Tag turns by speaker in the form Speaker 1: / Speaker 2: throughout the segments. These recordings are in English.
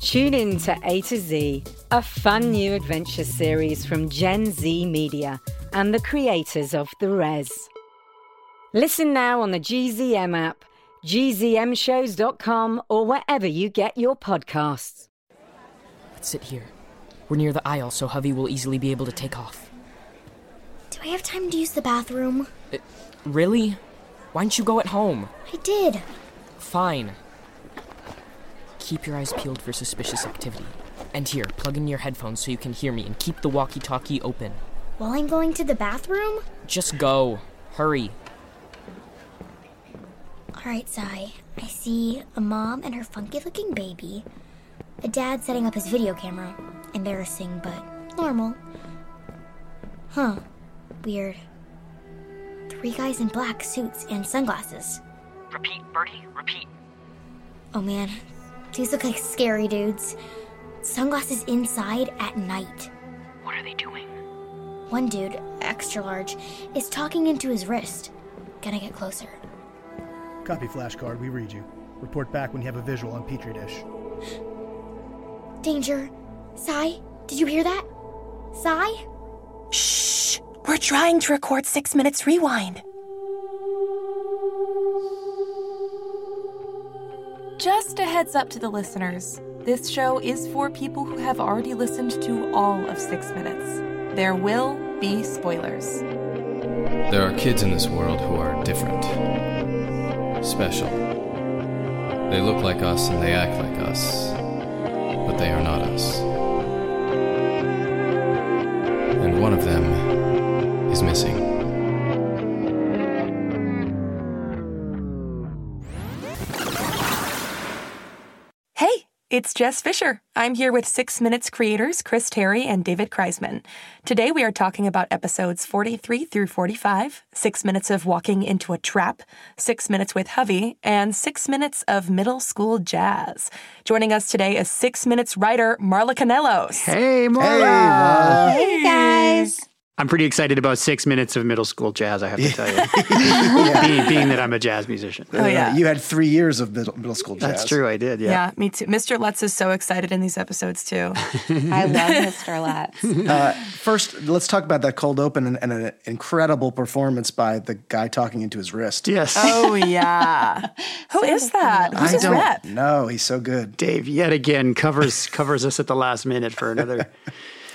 Speaker 1: Tune in to A to Z, a fun new adventure series from Gen Z Media and the creators of The Res. Listen now on the GZM app, gzmshows.com, or wherever you get your podcasts.
Speaker 2: Let's sit here. We're near the aisle, so Hovey will easily be able to take off.
Speaker 3: Do I have time to use the bathroom?
Speaker 2: Really? Why don't you go at home?
Speaker 3: I did.
Speaker 2: Fine. Keep your eyes peeled for suspicious activity. And here, plug in your headphones so you can hear me and keep the walkie talkie open.
Speaker 3: While I'm going to the bathroom?
Speaker 2: Just go. Hurry.
Speaker 3: Alright, Sai. I see a mom and her funky looking baby, a dad setting up his video camera. Embarrassing, but normal. Huh. Weird. Three guys in black suits and sunglasses.
Speaker 2: Repeat, Bertie, repeat.
Speaker 3: Oh man, these look like scary dudes. Sunglasses inside at night.
Speaker 2: What are they doing?
Speaker 3: One dude, extra large, is talking into his wrist. Gonna get closer.
Speaker 4: Copy flashcard, we read you. Report back when you have a visual on Petri dish.
Speaker 5: Oh,
Speaker 3: Danger. Sai, did you hear that? Sai?
Speaker 6: Shh! We're trying to record six minutes rewind. Just a heads up to the listeners this show is for people who have already listened to all of six minutes. There will be spoilers.
Speaker 7: There are kids in this world who are different, special. They look like us and they act like us, but they are not us. And one of them is missing.
Speaker 6: Hey, it's Jess Fisher. I'm here with Six Minutes creators Chris Terry and David Kreisman. Today we are talking about episodes 43 through 45, Six Minutes of Walking into a Trap, Six Minutes with Hovey, and Six Minutes of Middle School Jazz. Joining us today is Six Minutes writer Marla Canellos.
Speaker 5: Hey, Mara. Hey, guys. I'm pretty excited about six minutes of middle school jazz, I have to tell you. being, being that I'm a jazz musician.
Speaker 6: Oh, yeah.
Speaker 8: Uh, You had three years of middle, middle school jazz.
Speaker 5: That's true, I did, yeah.
Speaker 6: Yeah, me too. Mr. Lutz is so excited in these episodes too.
Speaker 9: I love Mr. Lutz.
Speaker 8: Uh, First, let's talk about that cold open and, and an incredible performance by the guy talking into his wrist.
Speaker 5: Yes.
Speaker 6: Oh yeah. Who is that? Who's
Speaker 8: I
Speaker 6: his
Speaker 8: don't
Speaker 6: rep?
Speaker 8: know. He's so good.
Speaker 5: Dave yet again covers covers us at the last minute for another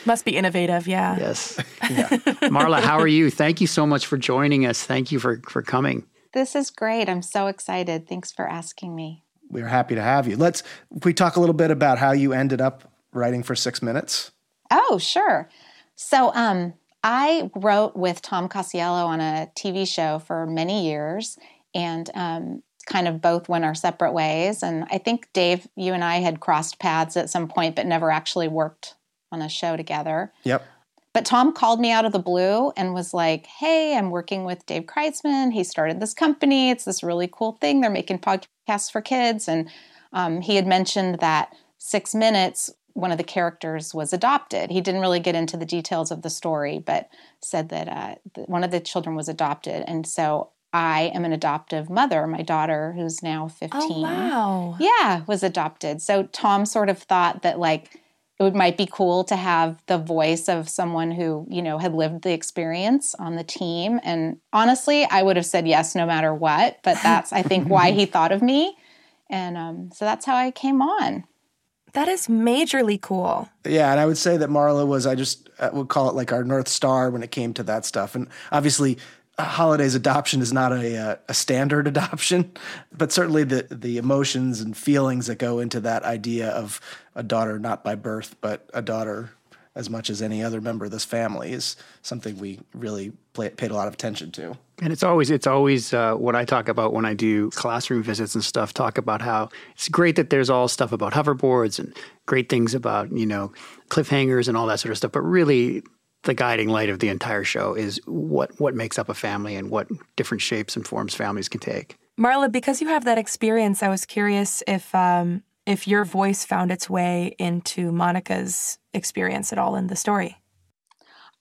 Speaker 6: Must be innovative, yeah.
Speaker 5: yes. Marla, how are you? Thank you so much for joining us. Thank you for for coming.
Speaker 9: this is great. I'm so excited. Thanks for asking me.
Speaker 8: We're happy to have you. Let's we talk a little bit about how you ended up writing for six minutes.
Speaker 9: Oh, sure. So, um, I wrote with Tom Cossiello on a TV show for many years, and um, kind of both went our separate ways. And I think Dave, you and I had crossed paths at some point, but never actually worked on a show together.
Speaker 8: Yep.
Speaker 9: But Tom called me out of the blue and was like, Hey, I'm working with Dave Kreitzman. He started this company. It's this really cool thing. They're making podcasts for kids. And um, he had mentioned that Six Minutes, one of the characters was adopted. He didn't really get into the details of the story, but said that uh, th- one of the children was adopted. And so I am an adoptive mother. My daughter, who's now 15,
Speaker 6: Oh wow.
Speaker 9: yeah, was adopted. So Tom sort of thought that like it would, might be cool to have the voice of someone who, you know, had lived the experience on the team. And honestly, I would have said yes no matter what, but that's I think why he thought of me. And um, so that's how I came on.
Speaker 6: That is majorly cool.
Speaker 8: Yeah, and I would say that Marla was I just uh, would call it like our north star when it came to that stuff. And obviously, uh, Holiday's adoption is not a uh, a standard adoption, but certainly the the emotions and feelings that go into that idea of a daughter not by birth, but a daughter as much as any other member of this family is something we really play, paid a lot of attention to.
Speaker 5: And it's always it's always uh, what I talk about when I do classroom visits and stuff. Talk about how it's great that there's all stuff about hoverboards and great things about you know cliffhangers and all that sort of stuff. But really, the guiding light of the entire show is what what makes up a family and what different shapes and forms families can take.
Speaker 6: Marla, because you have that experience, I was curious if um, if your voice found its way into Monica's experience at all in the story.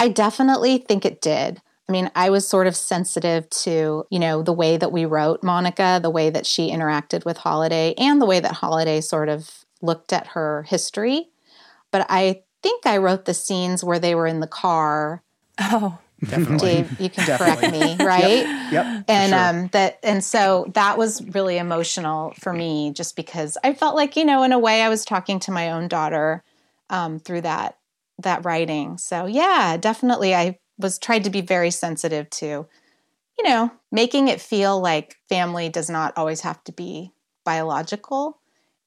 Speaker 9: I definitely think it did. I mean, I was sort of sensitive to, you know, the way that we wrote Monica, the way that she interacted with Holiday, and the way that Holiday sort of looked at her history. But I think I wrote the scenes where they were in the car.
Speaker 6: Oh.
Speaker 8: Definitely.
Speaker 9: Dave, you can
Speaker 8: Definitely.
Speaker 9: correct me, right?
Speaker 8: Yep. yep, for
Speaker 9: and
Speaker 8: sure.
Speaker 9: um that and so that was really emotional for me just because I felt like, you know, in a way I was talking to my own daughter um through that that writing. So yeah, definitely I was tried to be very sensitive to, you know, making it feel like family does not always have to be biological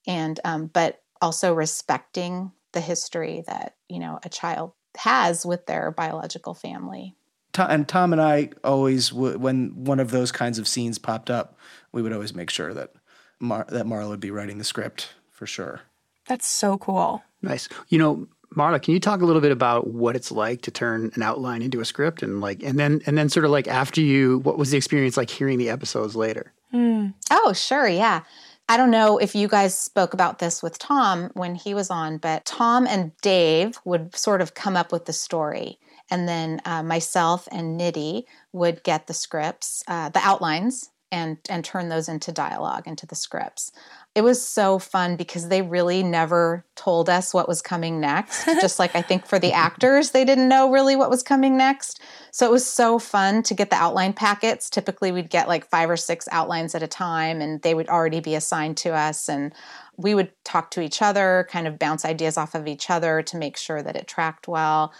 Speaker 9: and um but also respecting the history that, you know, a child has with their biological family.
Speaker 8: To- and Tom and I always, w- when one of those kinds of scenes popped up, we would always make sure that Mar- that Marla would be writing the script for sure.
Speaker 6: That's so cool.
Speaker 5: Nice. You know, Marla, can you talk a little bit about what it's like to turn an outline into a script and like and then and then sort of like after you what was the experience like hearing the episodes later?
Speaker 9: Oh, sure. Yeah. I don't know if you guys spoke about this with Tom when he was on, but Tom and Dave would sort of come up with the story. And then uh, myself and Nitty would get the scripts, uh, the outlines, and, and turn those into dialogue, into the scripts. It was so fun because they really never told us what was coming next. Just like I think for the actors, they didn't know really what was coming next. So it was so fun to get the outline packets. Typically, we'd get like five or six outlines at a time, and they would already be assigned to us. And we would talk to each other, kind of bounce ideas off of each other to make sure that it tracked well.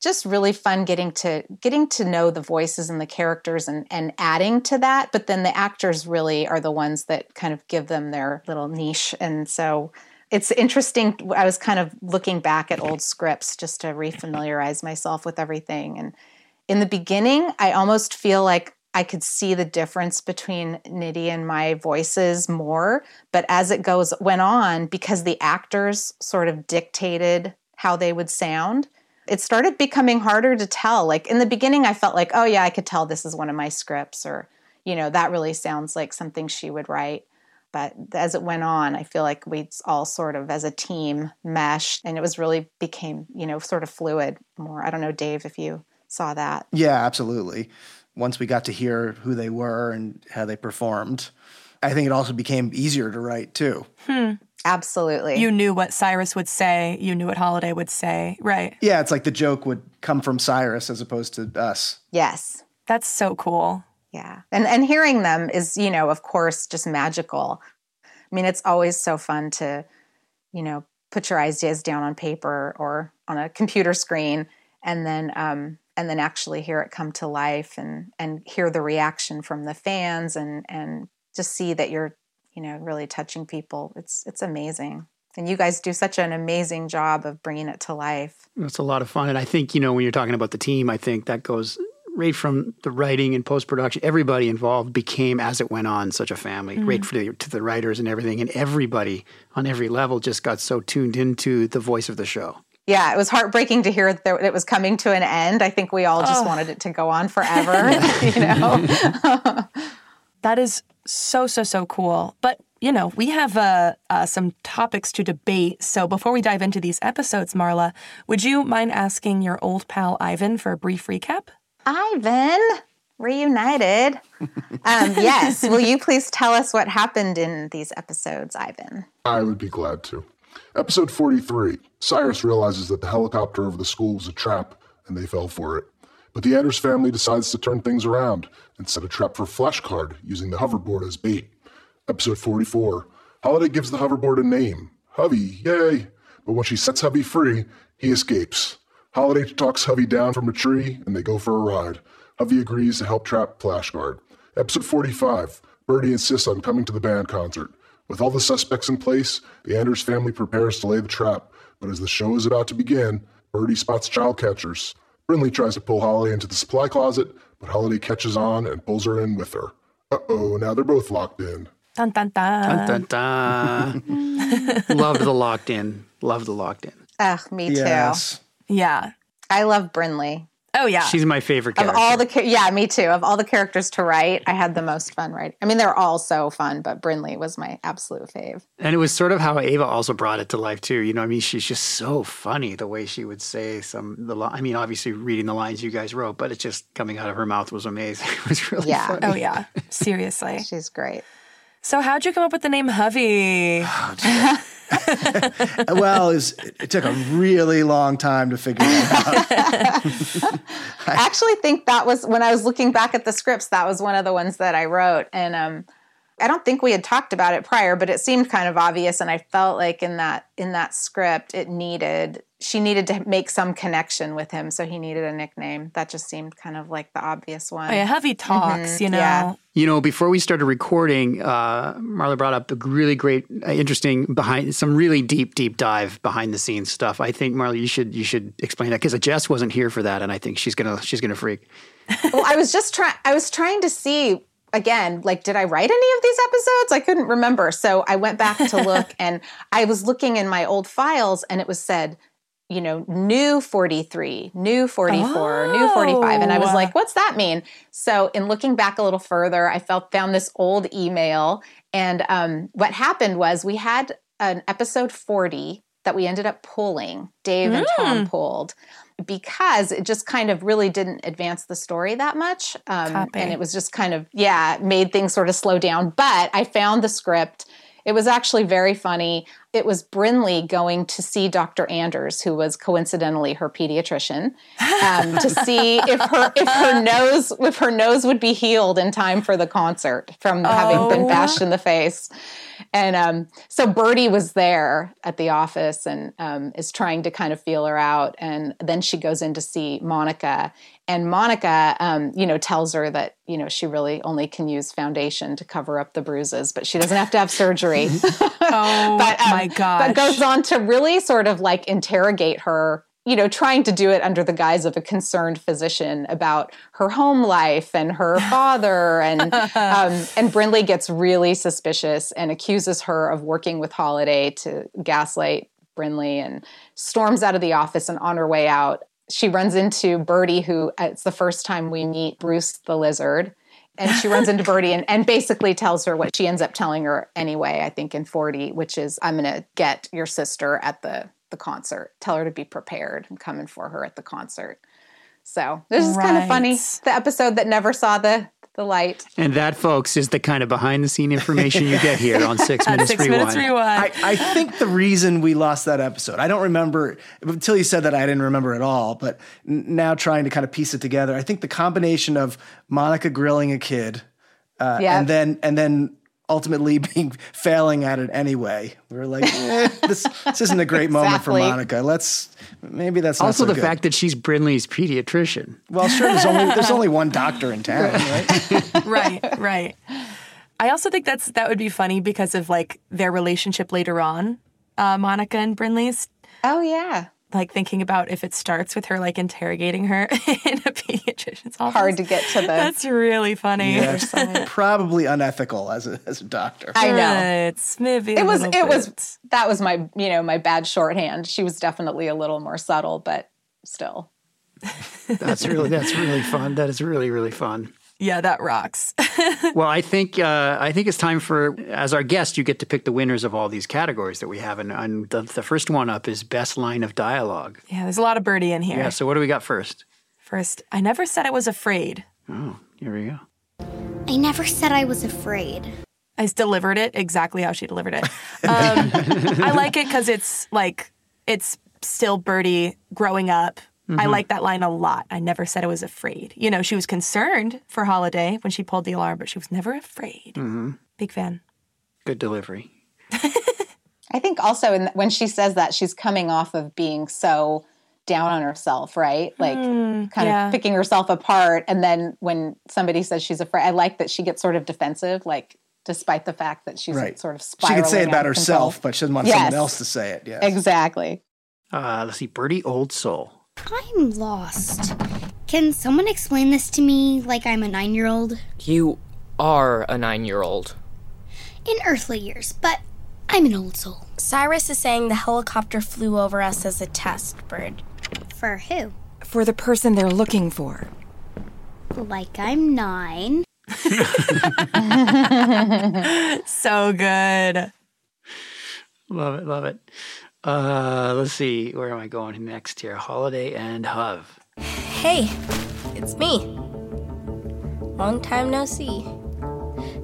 Speaker 9: Just really fun getting to getting to know the voices and the characters and, and adding to that. But then the actors really are the ones that kind of give them their little niche. And so it's interesting. I was kind of looking back at old scripts just to refamiliarize myself with everything and in the beginning, I almost feel like I could see the difference between Nitty and my voices more. But as it goes went on, because the actors sort of dictated how they would sound, it started becoming harder to tell. Like in the beginning, I felt like, oh yeah, I could tell this is one of my scripts, or you know, that really sounds like something she would write. But as it went on, I feel like we all sort of as a team meshed and it was really became, you know, sort of fluid more. I don't know, Dave, if you saw that.
Speaker 8: Yeah, absolutely. Once we got to hear who they were and how they performed, I think it also became easier to write too.
Speaker 6: Hmm.
Speaker 9: Absolutely.
Speaker 6: You knew what Cyrus would say, you knew what Holiday would say, right?
Speaker 8: Yeah, it's like the joke would come from Cyrus as opposed to us.
Speaker 9: Yes.
Speaker 6: That's so cool.
Speaker 9: Yeah. And and hearing them is, you know, of course, just magical. I mean, it's always so fun to, you know, put your ideas down on paper or on a computer screen and then um and then actually hear it come to life and and hear the reaction from the fans and and just see that you're, you know, really touching people. It's it's amazing. And you guys do such an amazing job of bringing it to life.
Speaker 5: That's a lot of fun. And I think, you know, when you're talking about the team, I think that goes right from the writing and post production. Everybody involved became, as it went on, such a family,
Speaker 7: Mm.
Speaker 9: Mm-hmm.
Speaker 5: right for the, to the writers and everything. And everybody on every level just got so tuned into the voice of the show.
Speaker 9: Yeah, it was heartbreaking to hear that it was coming to an end. I think we all just
Speaker 6: Oh.
Speaker 9: wanted it to go on forever, you know.
Speaker 6: That is so, so, so cool. But, you know, we have uh, uh, some topics to debate. So before we dive into these episodes, Marla, would you mind asking your old pal Ivan for a brief recap?
Speaker 9: Ivan, reunited. Um, yes, will you please tell us what happened in these episodes, Ivan?
Speaker 10: I would be glad to. Episode 43 Cyrus realizes that the helicopter over the school was a trap, and they fell for it. But the Anders family decides to turn things around and set a trap for Flashcard using the hoverboard as bait. Episode 44 Holiday gives the hoverboard a name Hovey, yay! But when she sets Hovey free, he escapes. Holiday talks Hovey down from a tree, and they go for a ride. Hovey agrees to help trap Flashguard. Episode 45 Birdie insists on coming to the band concert. With all the suspects in place, the Anders family prepares to lay the trap, but as the show is about to begin, Birdie spots child catchers. Brinley tries to pull Holiday into the supply closet, but Holiday catches on and pulls her in with her. Uh oh, now they're both locked in.
Speaker 6: Dun dun dun.
Speaker 9: Uh-huh.
Speaker 5: Dun, dun, dun. Loved the locked in. Loved the locked in.
Speaker 9: Ugh, me
Speaker 5: Yes.
Speaker 9: too.
Speaker 6: Yeah.
Speaker 9: I love Brinley.
Speaker 6: Oh yeah.
Speaker 5: She's my favorite
Speaker 9: of
Speaker 5: character.
Speaker 9: all the cha- yeah, me too. Of all the characters to write, I had the most fun writing. I mean, they're all so fun, but Brinley was my absolute fave.
Speaker 5: And it was sort of how Ava also brought it to life too. You know, what I mean, she's just so funny the way she would say some the. Li- I mean, obviously reading the lines you guys wrote, but it just coming out of her mouth was amazing. It was really
Speaker 9: Yeah.
Speaker 5: funny.
Speaker 6: Oh yeah. Seriously.
Speaker 9: She's great.
Speaker 6: So how'd you come up with the name Hovey?
Speaker 9: Oh,
Speaker 8: Uh, well, it, was, it took a really long time to figure it out.
Speaker 9: I actually think that was when I was looking back at the scripts, that was one of the ones that I wrote. And um, I don't think we had talked about it prior, but it seemed kind of obvious. And I felt like in that in that script, it needed she needed to make some connection with him, so he needed a nickname. That just seemed kind of like the obvious one.
Speaker 6: Oh, yeah, Hovey talks,
Speaker 9: Mhm,
Speaker 6: you know.
Speaker 9: yeah.
Speaker 5: You know, before we started recording, uh, Marla brought up a really great, uh, interesting behind some really deep, deep dive behind the scenes stuff. I think Marla, you should you should explain that because Jess wasn't here for that, and I think she's gonna she's gonna freak.
Speaker 9: well, I was just trying. I was trying to see again. Like, did I write any of these episodes? I couldn't remember, so I went back to look, and I was looking in my old files, and it was said, you know, new forty three, new forty four, new forty five, and I was
Speaker 6: Oh.
Speaker 9: like, what's that mean? So, in looking back a little further, I felt found this old email, and um, what happened was we had an episode forty that we ended up pulling. Dave and Tom pulled because it just kind of really didn't advance the story that much. Um,
Speaker 6: Copy.
Speaker 9: and it was just kind of, yeah, made things sort of slow down. But I found the script. It was actually very funny. It was Brinley going to see Dr. Anders, who was coincidentally her pediatrician, um, to see if her if her nose if her nose would be healed in time for the concert from having been
Speaker 6: Oh.
Speaker 9: bashed in the face. And um, so Birdie was there at the office and um, is trying to kind of feel her out. And then she goes in to see Monica. And Monica, um, you know, tells her that, you know, she really only can use foundation to cover up the bruises, but she doesn't have to have surgery.
Speaker 6: Oh
Speaker 9: But, um,
Speaker 6: my gosh.
Speaker 9: But goes on to really sort of like interrogate her, you know, trying to do it under the guise of a concerned physician about her home life and her father. And um, and Brindley gets really suspicious and accuses her of working with Holiday to gaslight Brinley and storms out of the office. And on her way out, she runs into Birdie, who uh, it's the first time we meet Bruce the lizard. And she runs into Birdie and, and basically tells her what she ends up telling her anyway, I think in 40, which is I'm going to get your sister at the, the concert. Tell her to be prepared. I'm coming for her at the concert. So this is kind of funny.
Speaker 6: Right.
Speaker 9: The episode that never saw the, the light.
Speaker 5: And that, folks, is the kind of behind the scene information you get here on Six Minutes Rewind.
Speaker 8: I, I think the reason we lost that episode, I don't remember until you said that, I didn't remember at all. But n- now trying to kind of piece it together, I think the combination of Monica grilling a kid, uh,
Speaker 9: Yeah.
Speaker 8: and then and then ultimately being failing at it anyway, we were like, eh, this this isn't a great moment for
Speaker 9: Exactly.
Speaker 8: Monica. Let's maybe that's not
Speaker 5: also,
Speaker 8: so
Speaker 5: the
Speaker 8: good.
Speaker 5: fact that she's Brinley's pediatrician.
Speaker 8: Well, sure, there's only there's only one doctor in town, right?
Speaker 6: right, right. I also think that's that would be funny because of like their relationship later on, uh, Monica and Brinley's.
Speaker 9: Oh, yeah.
Speaker 6: Like thinking about if it starts with her like interrogating her in a pediatrician's office.
Speaker 9: Hard to get to the-
Speaker 6: That's really funny.
Speaker 8: Yeah, it's probably unethical as a as a doctor.
Speaker 9: I know.
Speaker 6: It's maybe a
Speaker 9: it was it
Speaker 6: little bit.
Speaker 9: was that was my you know my bad shorthand she was definitely a little more subtle but still
Speaker 5: That's really that's really fun. That is really really fun.
Speaker 6: yeah that rocks.
Speaker 5: Well, I think uh, I think it's time for as our guest, you get to pick the winners of all these categories that we have, and, and the, the first one up is best line of dialogue.
Speaker 6: yeah, there's a lot of birdie in here.
Speaker 5: Yeah. So what do we got first?
Speaker 6: First, I never said I was afraid.
Speaker 5: Oh, here we go.
Speaker 3: I never said I was afraid.
Speaker 6: I s- delivered it exactly how she delivered it. Um, I like it because it's like it's still Birdie growing up. I
Speaker 5: Mhm.
Speaker 6: like that line a lot. I never said I was afraid. You know, she was concerned for Holiday when she pulled the alarm, but she was never afraid.
Speaker 5: hmm
Speaker 6: Big fan.
Speaker 5: Good delivery.
Speaker 9: i think also in, when she says that she's coming off of being so down on herself right like kind
Speaker 6: yeah.
Speaker 9: of picking herself apart and then when somebody says she's afraid i like that she gets sort of defensive like despite the fact that she's
Speaker 8: Right.
Speaker 9: sort of spiraling
Speaker 8: She could say it
Speaker 9: out
Speaker 8: about
Speaker 9: of control.
Speaker 8: herself, but she doesn't want
Speaker 9: Yes.
Speaker 8: someone else to say it. Yes.
Speaker 9: exactly
Speaker 5: Uh, let's see, Birdie Old Soul.
Speaker 3: I'm lost. Can someone explain this to me like I'm a nine year old?
Speaker 2: You are a nine year old.
Speaker 3: In earthly years, but I'm an old soul.
Speaker 11: Cyrus is saying the helicopter flew over us as a test bird.
Speaker 3: For who?
Speaker 6: For the person they're looking for.
Speaker 3: Like I'm nine.
Speaker 6: so good.
Speaker 5: Love it, love it. Uh, let's see, where am I going next here? Holiday and Hove.
Speaker 11: Hey, it's me. Long time no see.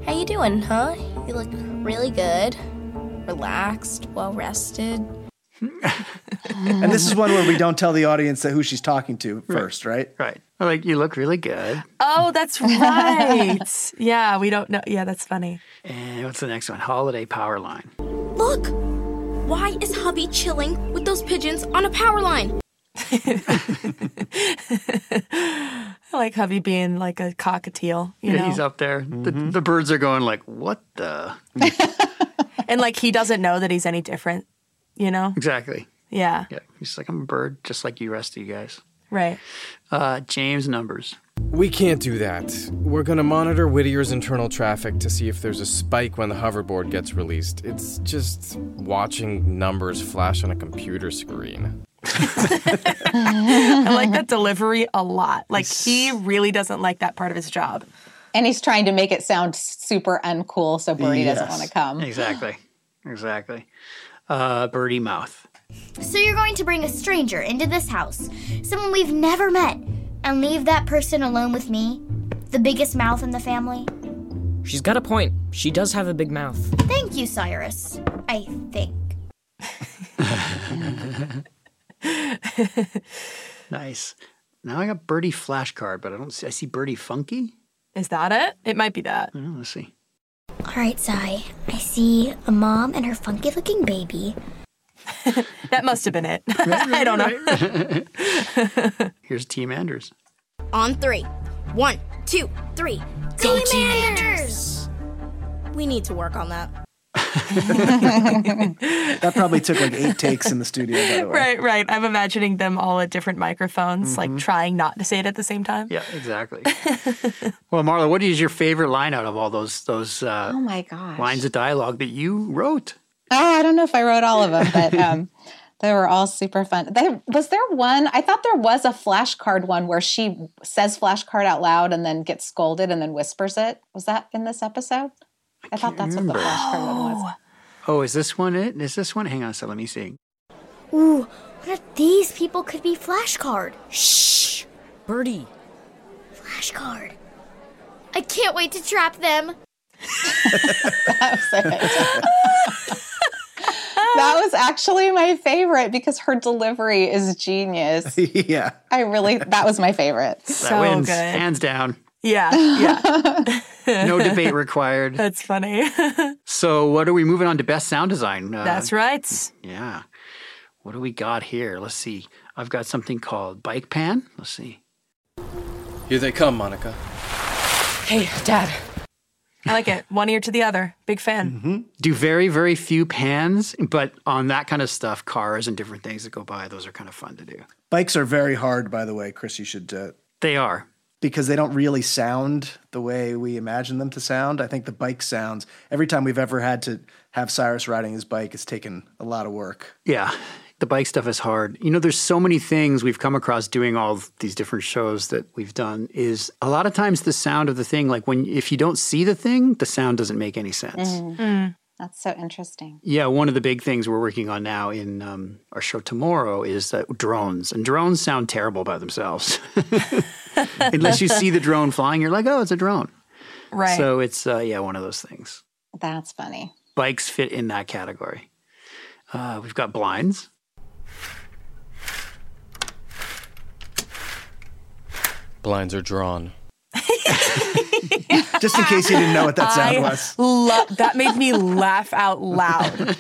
Speaker 11: How you doing, huh? You look really good. Relaxed, well rested.
Speaker 8: And this is one where we don't tell the audience that who she's talking to first, right?
Speaker 5: Right. Like you look really good.
Speaker 6: Oh, that's right. yeah, we don't know. Yeah, that's funny.
Speaker 5: And what's the next one? Holiday Power Line.
Speaker 11: Look! Why is hubby chilling with those pigeons on a power line?
Speaker 6: I like hubby being like a cockatiel, you
Speaker 5: Yeah,
Speaker 6: know.
Speaker 5: he's up there. The, the birds are going like, what the?
Speaker 6: and like he doesn't know that he's any different, you know?
Speaker 5: Exactly.
Speaker 6: Yeah.
Speaker 5: Yeah. He's like, I'm a bird, just like you rest of you guys.
Speaker 6: Right.
Speaker 5: Uh, James numbers.
Speaker 12: We can't do that. We're going to monitor Whittier's internal traffic to see if there's a spike when the hoverboard gets released. It's just watching numbers flash on a computer screen.
Speaker 6: I like that delivery a lot. Like he really doesn't like that part of his job.
Speaker 9: And he's trying to make it sound super uncool so Birdie doesn't
Speaker 5: Yes.
Speaker 9: want to come.
Speaker 5: Exactly. Exactly. Uh, birdie mouth.
Speaker 3: So you're going to bring a stranger into this house, someone we've never met, and leave that person alone with me? The biggest mouth in the family?
Speaker 2: She's got a point. She does have a big mouth.
Speaker 3: Thank you, Cyrus. I think.
Speaker 5: Nice. Now I got birdie flashcard, but I don't see. I see birdie funky.
Speaker 6: Is that it? It might be
Speaker 9: Uh,
Speaker 6: that.
Speaker 5: I don't know, let's see.
Speaker 3: All right, Cy. I see a mom and her funky looking baby.
Speaker 6: That must have been it. I don't know.
Speaker 5: Here's Team Anders.
Speaker 11: On three. One, two, three. Go Commanders! We need to work on that.
Speaker 8: That probably took like eight takes in the studio, by the way. Mm-hmm.
Speaker 6: Right, right. I'm imagining them all at different microphones, like trying not to say it at the same time.
Speaker 5: Yeah, exactly. well, Marla, what is your favorite line out of all those those uh,
Speaker 9: Oh my gosh.
Speaker 5: lines of dialogue that you wrote?
Speaker 9: Oh, I don't know if I wrote all of them, but um, they were all super fun. They, was there one? I thought there was a flashcard one where she says flashcard out loud and then gets scolded and then whispers it. Was that in this episode? I, thought that's
Speaker 5: remember.
Speaker 9: what the flashcard one was.
Speaker 5: Oh, is this one it? Is this one? Hang on, so let me see.
Speaker 3: Ooh, what if these people could be flashcard? Shh!
Speaker 2: Birdie.
Speaker 3: Flashcard. I can't wait to trap them.
Speaker 9: That was actually my favorite because her delivery is genius.
Speaker 8: yeah.
Speaker 9: I really, that was my favorite.
Speaker 5: that wins hands down.
Speaker 6: Yeah, yeah.
Speaker 5: No debate required.
Speaker 6: That's funny.
Speaker 8: Uh,
Speaker 5: So, what are we moving on to best sound design? Uh,
Speaker 6: That's right.
Speaker 5: Yeah. What do we got here? Let's see. I've got something called Bike Pan. Let's see.
Speaker 12: Here they come, Monica.
Speaker 6: Hey, Dad. I like it. One ear to the other. Big fan.
Speaker 8: Mm-hmm.
Speaker 5: Do very, very few pans, but on that kind of stuff, cars and different things that go by, those are kind of fun to do.
Speaker 8: Bikes are very hard, by the way, Chris. You should. Uh,
Speaker 5: they are.
Speaker 8: Because they don't really sound the way we imagine them to sound. I think the bike sounds, every time we've ever had to have Cyrus riding his bike, it's taken a lot of work.
Speaker 5: Yeah. The bike stuff is hard. You know, there's so many things we've come across doing all of these different shows that we've done is a lot of times the sound of the thing, like when if you don't see the thing, the sound doesn't make any sense.
Speaker 9: Mhm. That's so interesting.
Speaker 5: Yeah, one of the big things we're working on now in um, our show tomorrow is uh, drones, and drones sound terrible by themselves. Unless you see the drone flying, you're like, oh, it's a drone.
Speaker 9: Right.
Speaker 5: So it's uh, yeah, one of those things.
Speaker 9: That's funny.
Speaker 5: Bikes fit in that category. Uh, we've got blinds.
Speaker 12: Blinds are drawn.
Speaker 8: Just in case you didn't know what that sound
Speaker 6: I
Speaker 8: was.
Speaker 6: lo- that made me laugh out loud.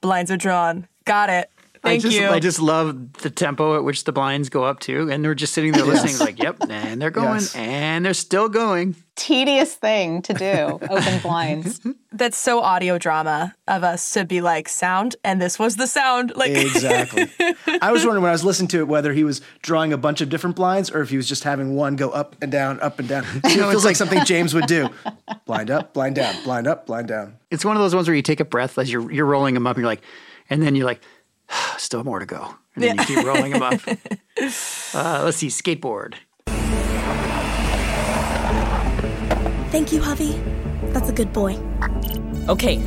Speaker 6: Blinds are drawn. Got it.
Speaker 13: Thank
Speaker 5: I just,
Speaker 13: you.
Speaker 5: I just love the tempo at which the blinds go up to, and they're just sitting there listening,
Speaker 9: Yes.
Speaker 5: like, "Yep," and they're going,
Speaker 9: Yes.
Speaker 5: and they're still going.
Speaker 9: Tedious thing to do. Open blinds.
Speaker 6: That's so audio drama of us to be like sound, and this was the sound. Like
Speaker 14: exactly. I was wondering when I was listening to it whether he was drawing a bunch of different blinds or if he was just having one go up and down, up and down. It
Speaker 5: No,
Speaker 14: feels like
Speaker 5: it's like-
Speaker 14: something James would do: blind up, blind down, blind up, blind down.
Speaker 5: It's one of those ones where you take a breath as you're you're rolling them up, and you're like, and then you're like, "Ah, still more to go, and then you keep rolling them up. Uh, let's see, skateboard.
Speaker 15: Thank you, Hovey. That's a good boy.
Speaker 13: Okay.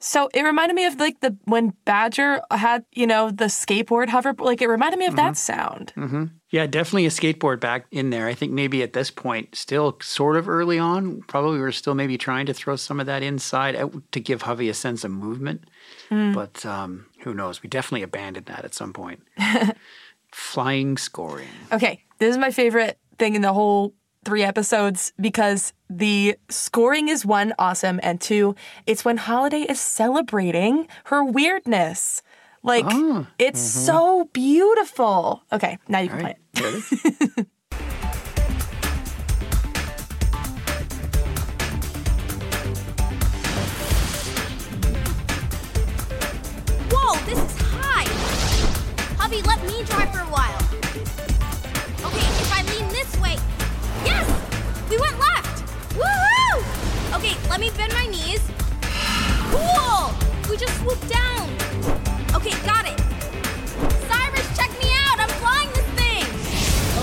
Speaker 6: So it reminded me of like the when Badger had you know the skateboard hover. Like it reminded me of that sound.
Speaker 5: Mm-hmm. Yeah, definitely a skateboard back in there. I think maybe at this point, still sort of early on, probably we're still maybe trying to throw some of that inside out to give Hovey a sense of movement.
Speaker 6: Mm.
Speaker 5: But um, who knows? We definitely abandoned that at some point. Flying scoring.
Speaker 6: Okay, this is my favorite thing in the whole three episodes because the scoring is one, awesome, and two, it's when Holiday is celebrating her weirdness. Like, it's so beautiful. Okay, now you can play it.
Speaker 16: Whoa, this is high! Hubby, let me drive for a while. Okay, if I lean this way. Yes! We went left! Woohoo! Okay, let me bend my knees. Cool! We just swooped down. Okay, got it. Cyrus, check me out! I'm flying this thing!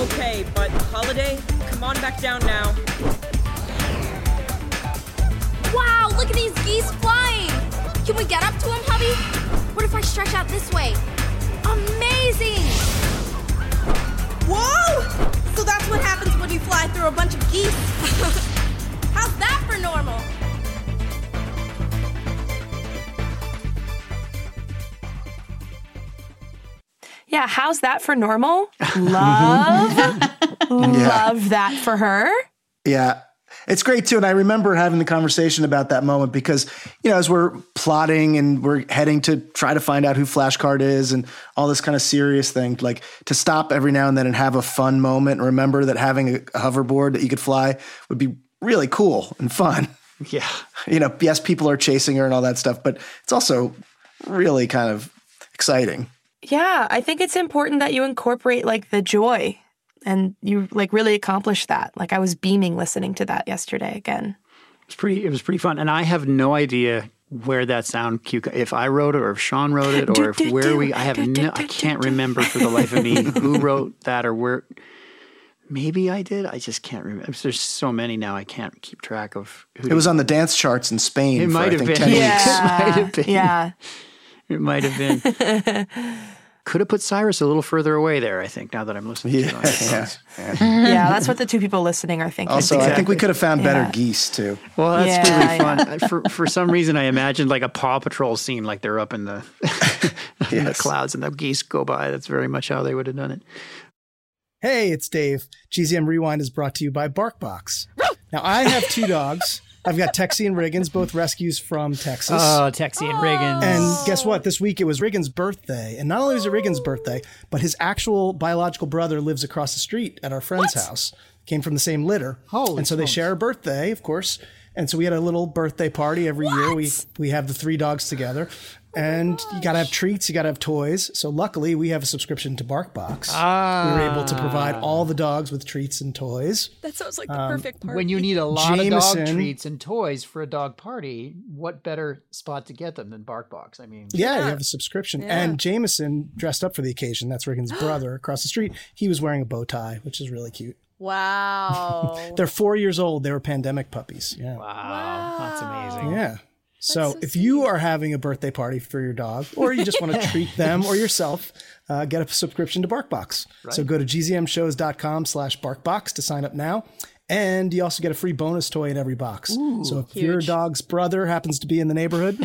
Speaker 2: Okay, but Holiday, come on back down now.
Speaker 16: Wow, look at these geese flying! Can we get up to them, hubby? What if I stretch out this way? Amazing! Whoa! So that's what happens when you fly through a bunch of geese. How's that for normal?
Speaker 6: Yeah, how's that for normal? Love. Love that for her.
Speaker 14: Yeah. It's great too. And I remember having the conversation about that moment because, you know, as we're plotting and we're heading to try to find out who Flashcard is and all this kind of serious thing, like to stop every now and then and have a fun moment and remember that having a hoverboard that you could fly would be really cool and fun.
Speaker 5: Yeah.
Speaker 14: You know, yes, people are chasing her and all that stuff, but it's also really kind of exciting.
Speaker 6: Yeah, I think it's important that you incorporate like the joy and you like really accomplish that. Like, I was beaming listening to that yesterday again.
Speaker 5: It's pretty. It was pretty fun, and I have no idea where that sound cue. co- If I wrote it, or if Sean wrote it, or if where we. I have no. I can't remember for the life of me who wrote that or where. Maybe I did. I just can't remember. There's so many now. I can't keep track of who.
Speaker 14: It was on the dance charts in Spain.
Speaker 5: It
Speaker 14: for,
Speaker 5: might
Speaker 14: I
Speaker 5: have
Speaker 14: think,
Speaker 5: been.
Speaker 14: 10 weeks.
Speaker 5: It might have been.
Speaker 6: Yeah.
Speaker 5: It might have been. Could have put Cyrus a little further away there. I think now that I'm listening to it. on headphones.
Speaker 6: yeah, that's what the two people listening are thinking.
Speaker 14: Also, I think we could have found better
Speaker 6: Yeah.
Speaker 14: geese too.
Speaker 5: Well, that's
Speaker 6: Yeah,
Speaker 5: really fun.
Speaker 6: yeah.
Speaker 5: For, for some reason, I imagined like a Paw Patrol scene, like they're up in the, in the clouds and the geese go by. That's very much how they would have done it.
Speaker 8: Hey, it's Dave. GZM Rewind is brought to you by BarkBox. Now, I have two dogs. I've got Texie and Riggins, both rescues from Texas.
Speaker 5: Uh,
Speaker 17: Oh, Texie and Riggins.
Speaker 8: And guess what? This week it was Riggins' birthday. And not only was it Riggins' birthday, but his actual biological brother lives across the street at our friend's house. Came from the same litter.
Speaker 18: Holy
Speaker 8: and so they
Speaker 18: smokes.
Speaker 8: share a birthday, of course. And so we had a little birthday party every year. We we have the three dogs together. And
Speaker 2: Oh
Speaker 8: you gotta have treats, you gotta have toys. So luckily we have a subscription to BarkBox. We were able to provide all the dogs with treats and toys.
Speaker 2: That sounds like
Speaker 8: Um,
Speaker 2: the perfect part.
Speaker 8: When you need a lot of dog Jameson. treats
Speaker 5: and toys for a dog party, what better spot to get them than BarkBox? I mean,
Speaker 8: Yeah, you have a subscription.
Speaker 5: Yeah.
Speaker 8: And Jameson dressed up for the occasion. That's Reagan's brother across the street. He was wearing a bow tie, which is really cute.
Speaker 2: Wow.
Speaker 8: They're four years old. They were pandemic puppies. Yeah.
Speaker 5: Wow, Oh, that's amazing.
Speaker 8: Yeah. So, if you are having a birthday party for your dog, or you just want to treat them or yourself, uh, get a subscription to BarkBox. So
Speaker 5: Right.
Speaker 8: go to gzmshows.com slash BarkBox to sign up now. And you also get a free bonus toy in every box. so if your dog's brother happens to be in the neighborhood,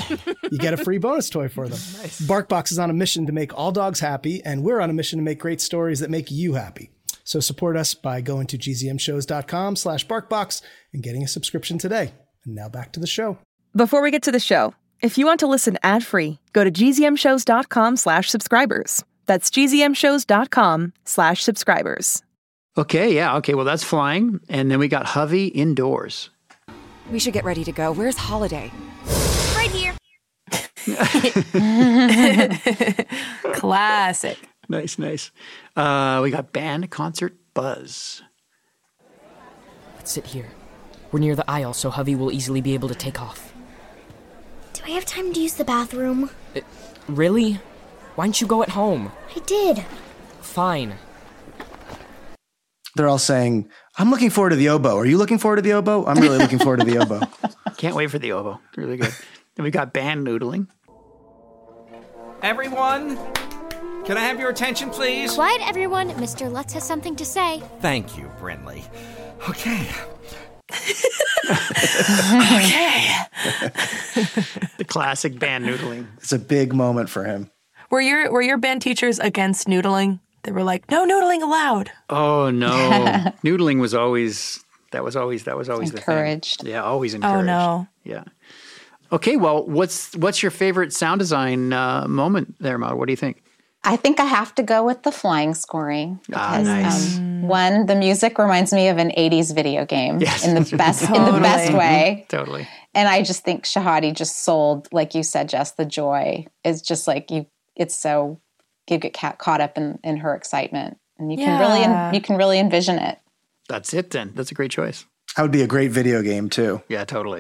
Speaker 8: you get a free bonus toy for them. BarkBox is on a mission to make all dogs happy, and we're on a mission to make great stories that make you happy. So support us by going to gzmshows.com slash BarkBox and getting a subscription today. And now back to the show.
Speaker 19: Before we get to the show,
Speaker 6: If you want to listen ad-free, go to gzmshows.com slash subscribers. That's gzmshows.com slash subscribers.
Speaker 5: Okay, yeah, okay. Well, that's flying. And then we got Hovey indoors.
Speaker 20: We should get ready to go. Where's Holiday?
Speaker 21: Right here.
Speaker 6: Classic.
Speaker 5: Nice, nice. Uh, we got band concert buzz.
Speaker 2: Let's sit here. We're near the aisle, so Hovey will easily be able to take off.
Speaker 3: Do I have time to use the bathroom?
Speaker 2: Really? Why don't you go at home?
Speaker 3: I did.
Speaker 2: Fine.
Speaker 8: They're all saying, I'm looking forward to the oboe. Are you looking forward to the oboe? I'm really looking forward to the oboe.
Speaker 5: Can't wait for the oboe. Really good. then we got band noodling.
Speaker 22: Everyone, can I have your attention, please?
Speaker 16: Quiet, everyone. Mr. Lutz has something to say.
Speaker 22: Thank you, Brinley. Okay. okay.
Speaker 5: the classic band noodling.
Speaker 8: It's a big moment for him.
Speaker 6: Were your were your band teachers against noodling? They were like, no noodling allowed.
Speaker 5: Oh no. noodling was always that was always that was always
Speaker 9: encouraged.
Speaker 5: The thing. Yeah, always encouraged.
Speaker 6: Oh no.
Speaker 5: Yeah. Okay, well, what's what's your favorite sound design uh, moment there, Maud? What do you think?
Speaker 9: I think I have to go with the flying scoring because
Speaker 5: ah, nice.
Speaker 6: Mm.
Speaker 9: um, one, the music reminds me of an '80s video game
Speaker 5: Yes.
Speaker 9: in the best in the
Speaker 5: Totally.
Speaker 9: best way,
Speaker 5: Totally.
Speaker 9: and I just think Shahadi just sold, like you said, Jess. The joy is just like you. It's so you get ca- caught up in in her excitement, and you can really
Speaker 5: Yeah.
Speaker 9: en- you can really envision it.
Speaker 5: That's it then. That's a great choice.
Speaker 8: That would be a great video game, too.
Speaker 5: Yeah, totally.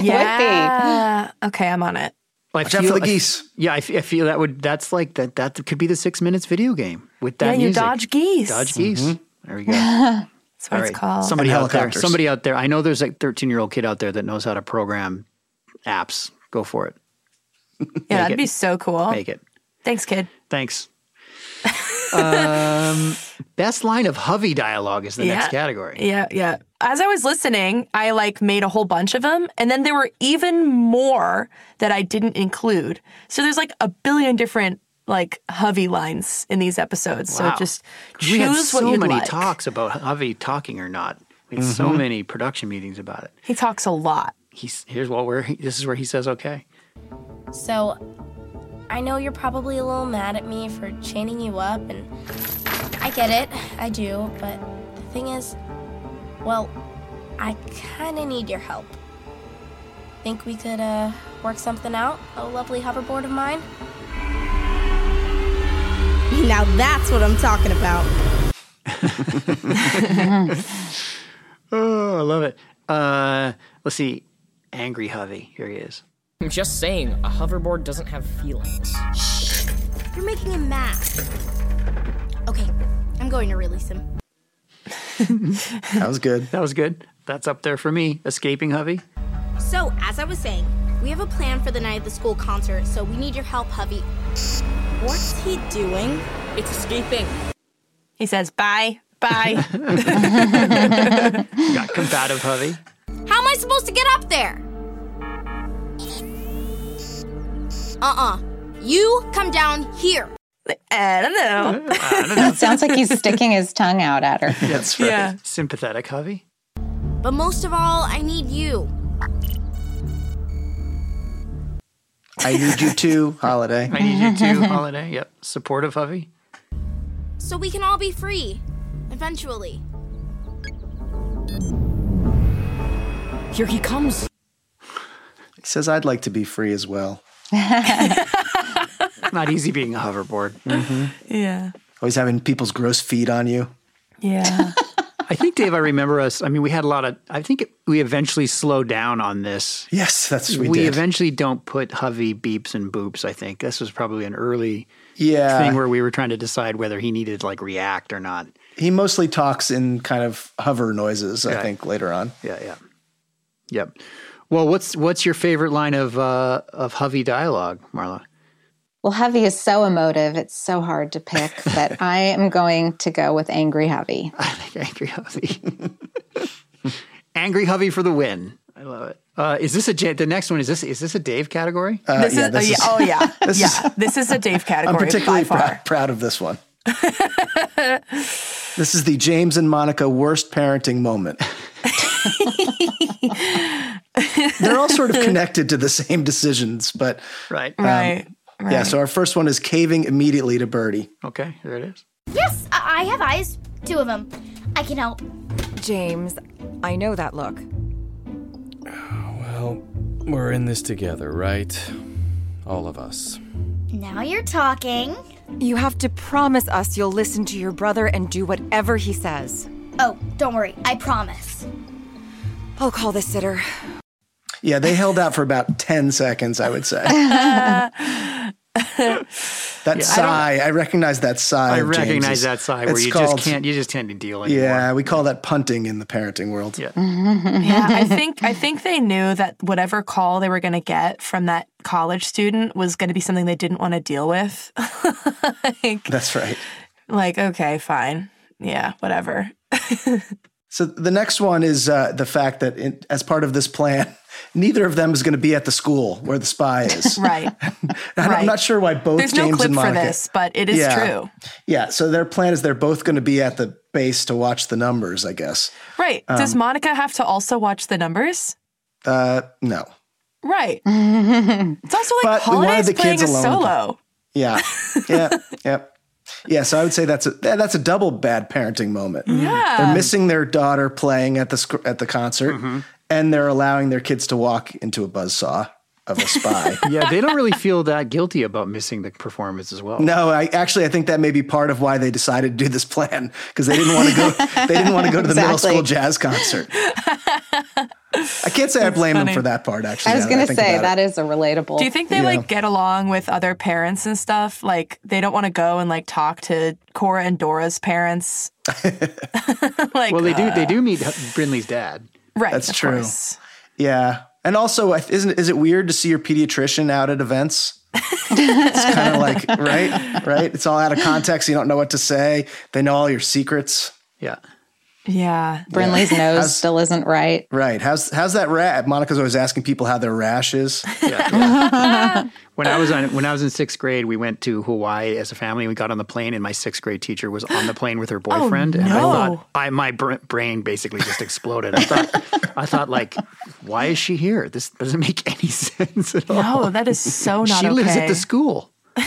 Speaker 6: yeah. Uh, Okay, I'm on it.
Speaker 5: Well, I
Speaker 8: Watch out for the geese.
Speaker 5: yeah, I, f- I feel that would that's like that that could be the six minutes video game with that
Speaker 6: yeah, you
Speaker 5: music.
Speaker 6: dodge geese.
Speaker 5: Dodge geese. There we go.
Speaker 6: That's
Speaker 5: All
Speaker 6: what it's
Speaker 5: right.
Speaker 6: called.
Speaker 5: Somebody
Speaker 8: And
Speaker 5: out there.
Speaker 8: Mm-hmm. helicopters.
Speaker 5: Somebody out there. I know there's like 13 year old kid out there that knows how to program apps. Go for it.
Speaker 6: Yeah,
Speaker 5: Make
Speaker 6: that'd
Speaker 5: it.
Speaker 6: be so cool.
Speaker 5: Make it.
Speaker 6: Thanks, kid.
Speaker 5: Thanks. um, best line of Hovey dialogue is the
Speaker 6: yeah.
Speaker 5: next category.
Speaker 6: Yeah, yeah. As I was listening, I like made a whole bunch of them, and then there were even more that I didn't include. So there's like a billion different like Hovey lines in these episodes.
Speaker 5: Wow.
Speaker 6: So just
Speaker 5: we had
Speaker 6: choose
Speaker 5: so
Speaker 6: what you
Speaker 5: many
Speaker 6: like.
Speaker 5: talks about Hovey talking or not. We had so
Speaker 6: Mhm.
Speaker 5: many production meetings about it.
Speaker 6: he talks a lot.
Speaker 5: He's here's what we're. This is where he says okay.
Speaker 11: So, I know you're probably a little mad at me for chaining you up, and I get it, I do, but the thing is, well, I kinda need your help. Think we could, uh, work something out, oh lovely hoverboard of mine?
Speaker 23: Now that's what I'm talking about.
Speaker 5: Oh, I love it. Uh, let's see. Angry Hovey. Here he is.
Speaker 2: I'm just saying, a hoverboard doesn't have feelings.
Speaker 16: You're making him mad. Okay, I'm going to release him.
Speaker 8: That was good.
Speaker 5: That was good. That's up there for me. Escaping Hovey.
Speaker 16: So, as I was saying, we have a plan for the night of the school concert, so we need your help, Hovey. What's he doing? It's escaping.
Speaker 6: He says bye, bye.
Speaker 5: Got combative Hovey.
Speaker 21: How am I supposed to get up there? Uh-uh. You come down here.
Speaker 6: I don't know.
Speaker 5: Uh,
Speaker 9: it sounds like he's sticking his tongue out at her.
Speaker 5: That's right. Sympathetic Hovey.
Speaker 21: But most of all, I need you.
Speaker 8: I need you too, Holiday.
Speaker 5: I need you too, Holiday. Yep. Supportive Hovey.
Speaker 21: So we can all be free. Eventually.
Speaker 2: Here he comes.
Speaker 8: He says, I'd like to be free as well.
Speaker 5: Not easy being a hoverboard.
Speaker 6: yeah.
Speaker 8: Mm-hmm. Always having people's gross feet on you.
Speaker 6: Yeah.
Speaker 5: I think, Dave, I remember us. I mean, we had a lot of, I think we eventually slowed down on this.
Speaker 8: Yes, that's we,
Speaker 5: we
Speaker 8: did.
Speaker 5: eventually don't put Hovey beeps and boops, I think. This was probably an early
Speaker 8: Yeah.
Speaker 5: thing where we were trying to decide whether he needed to like react or not.
Speaker 8: he mostly talks in kind of hover noises, I
Speaker 5: Yeah.
Speaker 8: think, later on.
Speaker 5: Yeah, yeah. Yep. Well, what's what's your favorite line of uh of Hovey dialogue, Marla?
Speaker 9: Well, Hovey is so emotive; it's so hard to pick. But I am going to go with angry Hovey.
Speaker 5: Angry Hovey. Angry Hovey for the win. I love it. Uh, is this a J- the next one? Is this is this a Dave category?
Speaker 6: this is, oh, yeah, oh yeah, yeah. this is a Dave
Speaker 8: I'm
Speaker 6: category
Speaker 8: particularly
Speaker 6: by far.
Speaker 8: proud, proud of this one. this is the James and Monica worst parenting moment. They're all sort of connected to the same decisions, but
Speaker 5: Right.
Speaker 8: um, Yeah, so our first one is caving immediately to Birdie.
Speaker 5: Okay, there it is.
Speaker 3: Yes, I I have eyes. Two of them. I can help.
Speaker 20: James, I know that look.
Speaker 7: Well, we're in this together, right? All of us.
Speaker 3: Now you're talking.
Speaker 20: You have to promise us you'll listen to your brother and do whatever he says.
Speaker 3: Oh, don't worry. I promise.
Speaker 20: I'll call the sitter.
Speaker 8: Yeah, they held out for about 10 seconds, I would say. That
Speaker 5: Yeah.
Speaker 8: sigh, I, recognize that sigh.
Speaker 5: I
Speaker 8: of James's.
Speaker 5: recognize that side where
Speaker 8: It's
Speaker 5: you
Speaker 8: called-
Speaker 5: just can't you just can't deal anymore.
Speaker 8: Yeah, we call that punting in the parenting world. Yeah.
Speaker 6: Mm. yeah, I think I think they knew that whatever call they were going to get from that college student was going to be something they didn't want to deal with.
Speaker 8: That's right.
Speaker 6: like, okay, fine. Yeah, whatever.
Speaker 8: So the next one is uh, the fact that in, as part of this plan, neither of them is going to be at the school where the spy is.
Speaker 6: right.
Speaker 8: I'm
Speaker 6: right.
Speaker 8: not sure why both
Speaker 6: There's
Speaker 8: James
Speaker 6: no clip
Speaker 8: and
Speaker 6: for
Speaker 8: Monica.
Speaker 6: this, but it is
Speaker 8: Yeah.
Speaker 6: true.
Speaker 8: Yeah, so their plan is they're both going to be at the base to watch the numbers, I guess.
Speaker 6: Right. Does
Speaker 8: Um,
Speaker 6: Monica have to also watch the numbers?
Speaker 8: Uh, no.
Speaker 6: Right. it's also like
Speaker 8: But we wanted
Speaker 6: holidays
Speaker 8: the
Speaker 6: playing
Speaker 8: kids
Speaker 6: a
Speaker 8: alone.
Speaker 6: solo.
Speaker 8: Yeah. Yeah. yep. Yeah, so I would say that's a that- that's a double bad parenting moment.
Speaker 6: Yeah.
Speaker 8: They're missing their daughter playing at the sc- at the concert
Speaker 6: Mm-hmm.
Speaker 8: and they're allowing their kids to walk into a buzzsaw of a spy.
Speaker 5: yeah, they don't really feel that guilty about missing the performance as well.
Speaker 8: No, I actually I think that may be part of why they decided to do this plan because they didn't want to go. They didn't want to go to the middle
Speaker 9: Exactly.
Speaker 8: school jazz concert. I can't say I blame them for that part. Actually,
Speaker 9: I was
Speaker 8: now that
Speaker 9: going to
Speaker 8: think
Speaker 9: say
Speaker 8: about
Speaker 9: that
Speaker 8: it.
Speaker 9: is a relatable.
Speaker 6: Do you think they like get along with other parents and stuff? Like they don't want to go and like talk to Cora and Dora's parents. like
Speaker 5: well, they do. They
Speaker 6: uh,
Speaker 5: do meet Brinley's dad.
Speaker 6: Right.
Speaker 8: That's
Speaker 6: of
Speaker 8: true.
Speaker 6: course.
Speaker 8: Yeah, and also I th- isn't is it weird to see your pediatrician out at events? it's kind of like right, right. It's all out of context. You don't know what to say. They know all your secrets.
Speaker 5: Yeah.
Speaker 6: Yeah.
Speaker 9: Brinley's
Speaker 8: Yeah.
Speaker 9: nose
Speaker 8: How's-
Speaker 9: still isn't right.
Speaker 8: Right. How's how's that rat? Monica's always asking people how their rash is.
Speaker 5: When I was on, when I was in sixth grade, we went to Hawaii as a family. We got on the plane, and my sixth grade teacher was on the plane with her
Speaker 6: Oh,
Speaker 5: boyfriend, and I
Speaker 6: no.
Speaker 5: thought, I my br- brain basically just exploded. I thought, I thought, like, why is she here? This doesn't make any sense at all.
Speaker 6: No, that is so not
Speaker 5: She lives at
Speaker 6: okay.
Speaker 5: the school.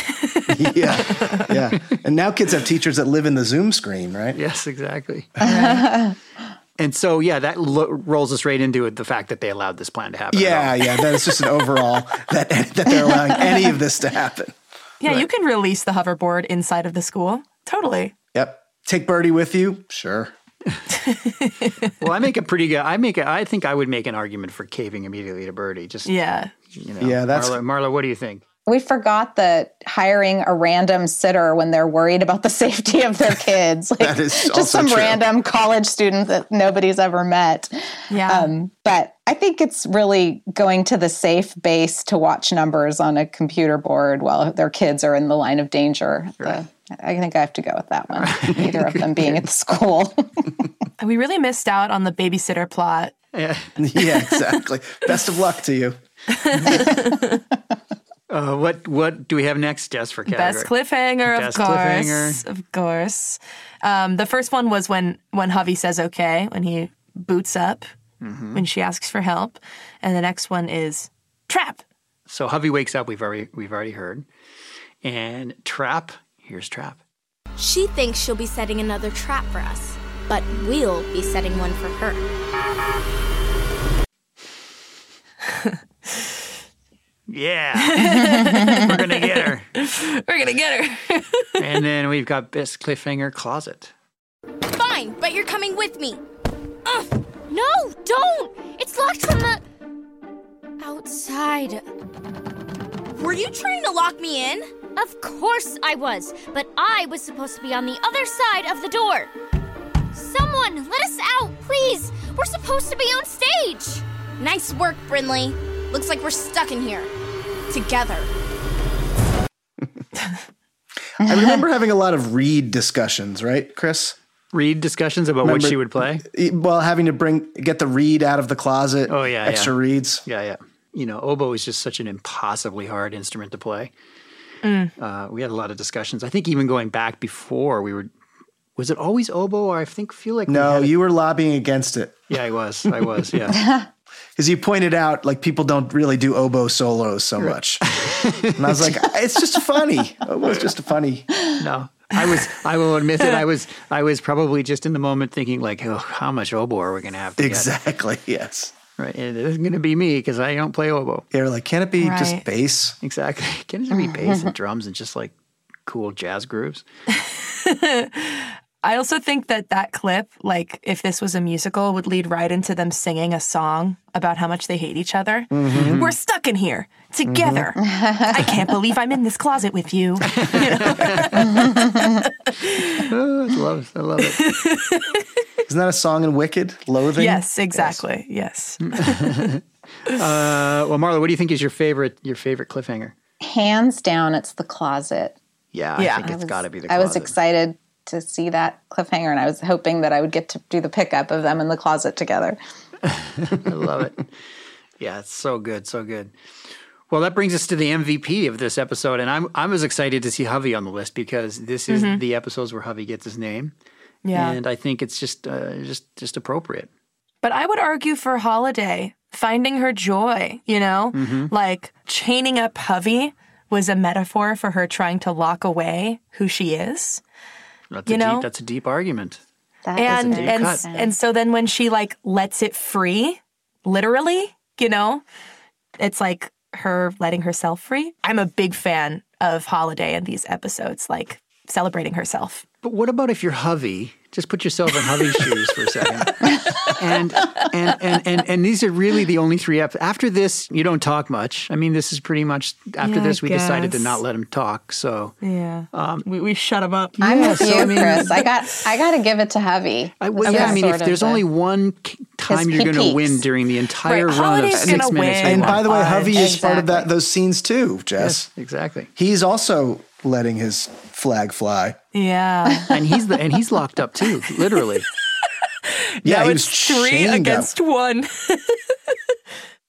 Speaker 8: yeah, yeah. And now kids have teachers that live in the Zoom screen, right? Uh,
Speaker 5: Yes, exactly. And so, yeah, that lo- rolls us right into it, the fact that they allowed this plan to happen. at
Speaker 8: Yeah,
Speaker 5: all.
Speaker 8: yeah. That is just an overall that that they're allowing any of this to happen.
Speaker 6: Yeah, you can release the hoverboard inside of the school. Totally.
Speaker 8: Yep. Take Birdie with you. Sure.
Speaker 5: well, I make a pretty good. I make. A, I think I would make an argument for caving immediately to Birdie. Just
Speaker 9: Yeah.
Speaker 5: you know,
Speaker 8: Yeah, that's-
Speaker 5: Marla. Marla, what do you think?
Speaker 9: We forgot that hiring a random sitter when they're worried about the safety of their kids. Like,
Speaker 8: That is also
Speaker 9: just some
Speaker 8: true.
Speaker 9: random college student that nobody's ever met.
Speaker 6: Yeah.
Speaker 9: Um, but I think it's really going to the safe base to watch numbers on a computer board while their kids are in the line of danger. The- I think I have to go with that one. Either of them being at the school.
Speaker 6: We really missed out on the babysitter plot.
Speaker 5: Yeah.
Speaker 8: Yeah, exactly. Best of luck to you.
Speaker 5: Uh, what What do we have next, Jess? For category?
Speaker 6: Best cliffhanger, of
Speaker 5: Best
Speaker 6: course.
Speaker 5: cliffhanger.
Speaker 6: Of course. Um, the first one was when when Javi says okay when he boots up
Speaker 5: Mm-hmm.
Speaker 6: when she asks for help, and the next one is trap.
Speaker 5: So Hovey wakes up. We've already we've already heard. And trap. Here's trap.
Speaker 16: She thinks she'll be setting another trap for us, but we'll be setting one for her.
Speaker 5: Yeah, we're gonna get her.
Speaker 6: We're gonna get her.
Speaker 5: And then we've got best cliffhanger closet.
Speaker 16: Fine, but you're coming with me. Ugh, no, don't! It's locked from the outside. Were you trying to lock me in?
Speaker 24: Of course I was, but I was supposed to be on the other side of the door. Someone, let us out, please. We're supposed to be on stage.
Speaker 16: Nice work, Brinley. Looks like we're stuck in here. Together.
Speaker 8: I remember having a lot of read discussions, right, Chris? e,
Speaker 5: Read discussions about what she would play.
Speaker 8: Well, having to bring get the read out of the closet.
Speaker 5: Oh yeah,
Speaker 8: extra
Speaker 5: yeah.
Speaker 8: reads.
Speaker 5: Yeah, yeah. You know, oboe is just such an impossibly hard instrument to play. Uh, we had a lot of discussions. I think even going back before we were, was it always oboe? Or I think feel like we
Speaker 8: No,
Speaker 5: had-
Speaker 8: you were lobbying against it.
Speaker 5: yeah, I was, I was, yeah.
Speaker 8: because you pointed out like people don't really do oboe solos so much, and I was like, it's just funny. Oboe's just a funny.
Speaker 5: No. I was. I will admit that I was. I was probably just in the moment thinking, like, oh, how much oboe are we going to have? to get?"
Speaker 8: Exactly. Yes.
Speaker 5: Right. And it isn't going to be me because I don't play oboe.
Speaker 8: Yeah. We're like, can it be just
Speaker 5: Right.
Speaker 8: bass?
Speaker 5: Exactly. Can it be bass and drums and just like cool jazz grooves?
Speaker 6: I also think that that clip, like if this was a musical, would lead right into them singing a song about how much they hate each other.
Speaker 5: Mm-hmm.
Speaker 25: Mhm.
Speaker 6: We're stuck in here together. I can't believe I'm in this closet with you.
Speaker 5: I Oh, love it. I love it.
Speaker 8: Isn't that a song in Wicked? Loathing.
Speaker 6: Yes, exactly. Yes.
Speaker 5: Uh, well, Marla, what do you think is your favorite? Your favorite cliffhanger?
Speaker 9: Hands down, it's the closet.
Speaker 5: Yeah, I Yeah. think it's
Speaker 9: was-
Speaker 5: gotta be the
Speaker 9: I was
Speaker 5: closet.
Speaker 9: excited to see that cliffhanger, and I was hoping that I would get to do the pickup of them in the closet together.
Speaker 5: I love it. Yeah, it's so good, so good. Well, that brings us to the MVP of this episode, and I'm I'm as excited to see Hovey on the list because this is
Speaker 6: Mhm.
Speaker 5: the episodes where Hovey gets his name.
Speaker 6: Yeah.
Speaker 5: and I think it's just uh, just just appropriate.
Speaker 6: But I would argue for Holiday, finding her joy, you know?
Speaker 5: Mhm.
Speaker 6: Like chaining up Hovey was a metaphor for her trying to lock away who she is.
Speaker 5: That's
Speaker 6: You
Speaker 5: a
Speaker 6: know?
Speaker 5: deep, that's a deep argument.
Speaker 6: and
Speaker 5: That's a deep
Speaker 6: and
Speaker 5: cut.
Speaker 6: and so then when she like lets it free, literally, you know, it's like her letting herself free. I'm a big fan of Holiday in these episodes, like celebrating herself.
Speaker 5: But what about if you're Hovey? Just put yourself in Hovey's shoes for a second. And, and and and and these are really the only three episodes. After this, you don't talk much. I mean, this is pretty much after
Speaker 6: Yeah, I
Speaker 5: this we decided to
Speaker 6: guess.
Speaker 5: not let him talk. So
Speaker 6: Yeah.
Speaker 5: um,
Speaker 6: we, we shut him up.
Speaker 9: I'm with you, Chris. I got I got to give it to Heavy. I,
Speaker 5: Well, yeah, I mean, if there's only one k- time you're going to win during the entire run of six minutes, we
Speaker 8: And by
Speaker 5: want.
Speaker 8: the way, Hovey is part of that those scenes too, Jess.
Speaker 5: exactly.
Speaker 8: He's also letting his flag fly.
Speaker 6: Yeah.
Speaker 5: and he's the and he's locked up too, literally.
Speaker 8: Yeah,
Speaker 9: Now
Speaker 8: he
Speaker 9: it's
Speaker 8: was
Speaker 9: three
Speaker 8: chained up.
Speaker 9: against
Speaker 6: one.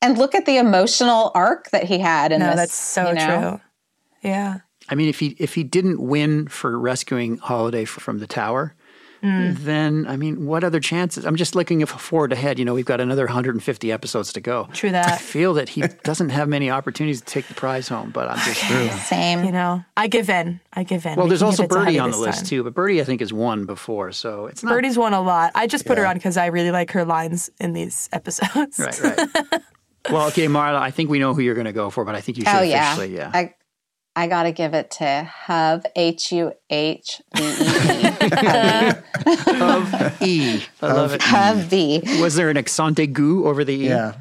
Speaker 9: and look at the emotional arc that he had in
Speaker 6: No,
Speaker 9: this.
Speaker 6: that's so
Speaker 9: you know?
Speaker 6: true. Yeah.
Speaker 5: I mean, if he if he didn't win for rescuing Holiday f- from the tower,
Speaker 6: Mm.
Speaker 5: then I mean, what other chances? I'm just looking if forward ahead. You know, we've got another 150 episodes to go.
Speaker 6: True
Speaker 5: I
Speaker 6: that.
Speaker 5: feel that he doesn't have many opportunities to take the prize home, but I'm just
Speaker 9: Same.
Speaker 6: You know, I give in. I give in.
Speaker 5: Well,
Speaker 6: We
Speaker 5: there's
Speaker 6: can
Speaker 5: also
Speaker 6: give it to Heidi
Speaker 5: Birdie on the
Speaker 6: this
Speaker 5: list
Speaker 6: time.
Speaker 5: too, but Birdie I think has won before, so it's not
Speaker 6: Birdie's won a lot. I just put her on because I really like her lines in these episodes.
Speaker 5: Right, right. well, okay, Marla, I think we know who you're going to go for, but I think you should
Speaker 9: Oh yeah,
Speaker 5: officially, yeah.
Speaker 9: I I got to give it to Hub H U H V E.
Speaker 5: of E. I love it.
Speaker 9: Heavy.
Speaker 5: Was there an accent aigu over the E?
Speaker 8: Yeah.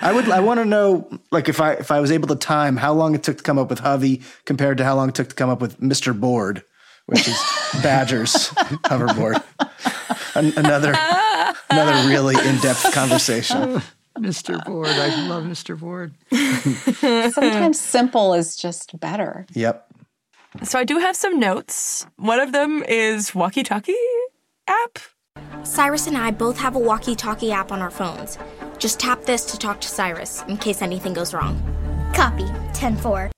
Speaker 8: I would. I want to know, like, if I if I was able to time how long it took to come up with Hovey compared to how long it took to come up with Mister Board, which is Badger's hoverboard. An- another another really in depth conversation.
Speaker 5: Mr. Board. I love Mr. Board.
Speaker 9: Sometimes simple is just better.
Speaker 8: Yep.
Speaker 6: So I do have some notes. One of them is walkie talkie.
Speaker 16: Cyrus and I both have a walkie talkie app on our phones. Just tap this to talk to Cyrus in case anything goes wrong.
Speaker 3: Copy. 10 4.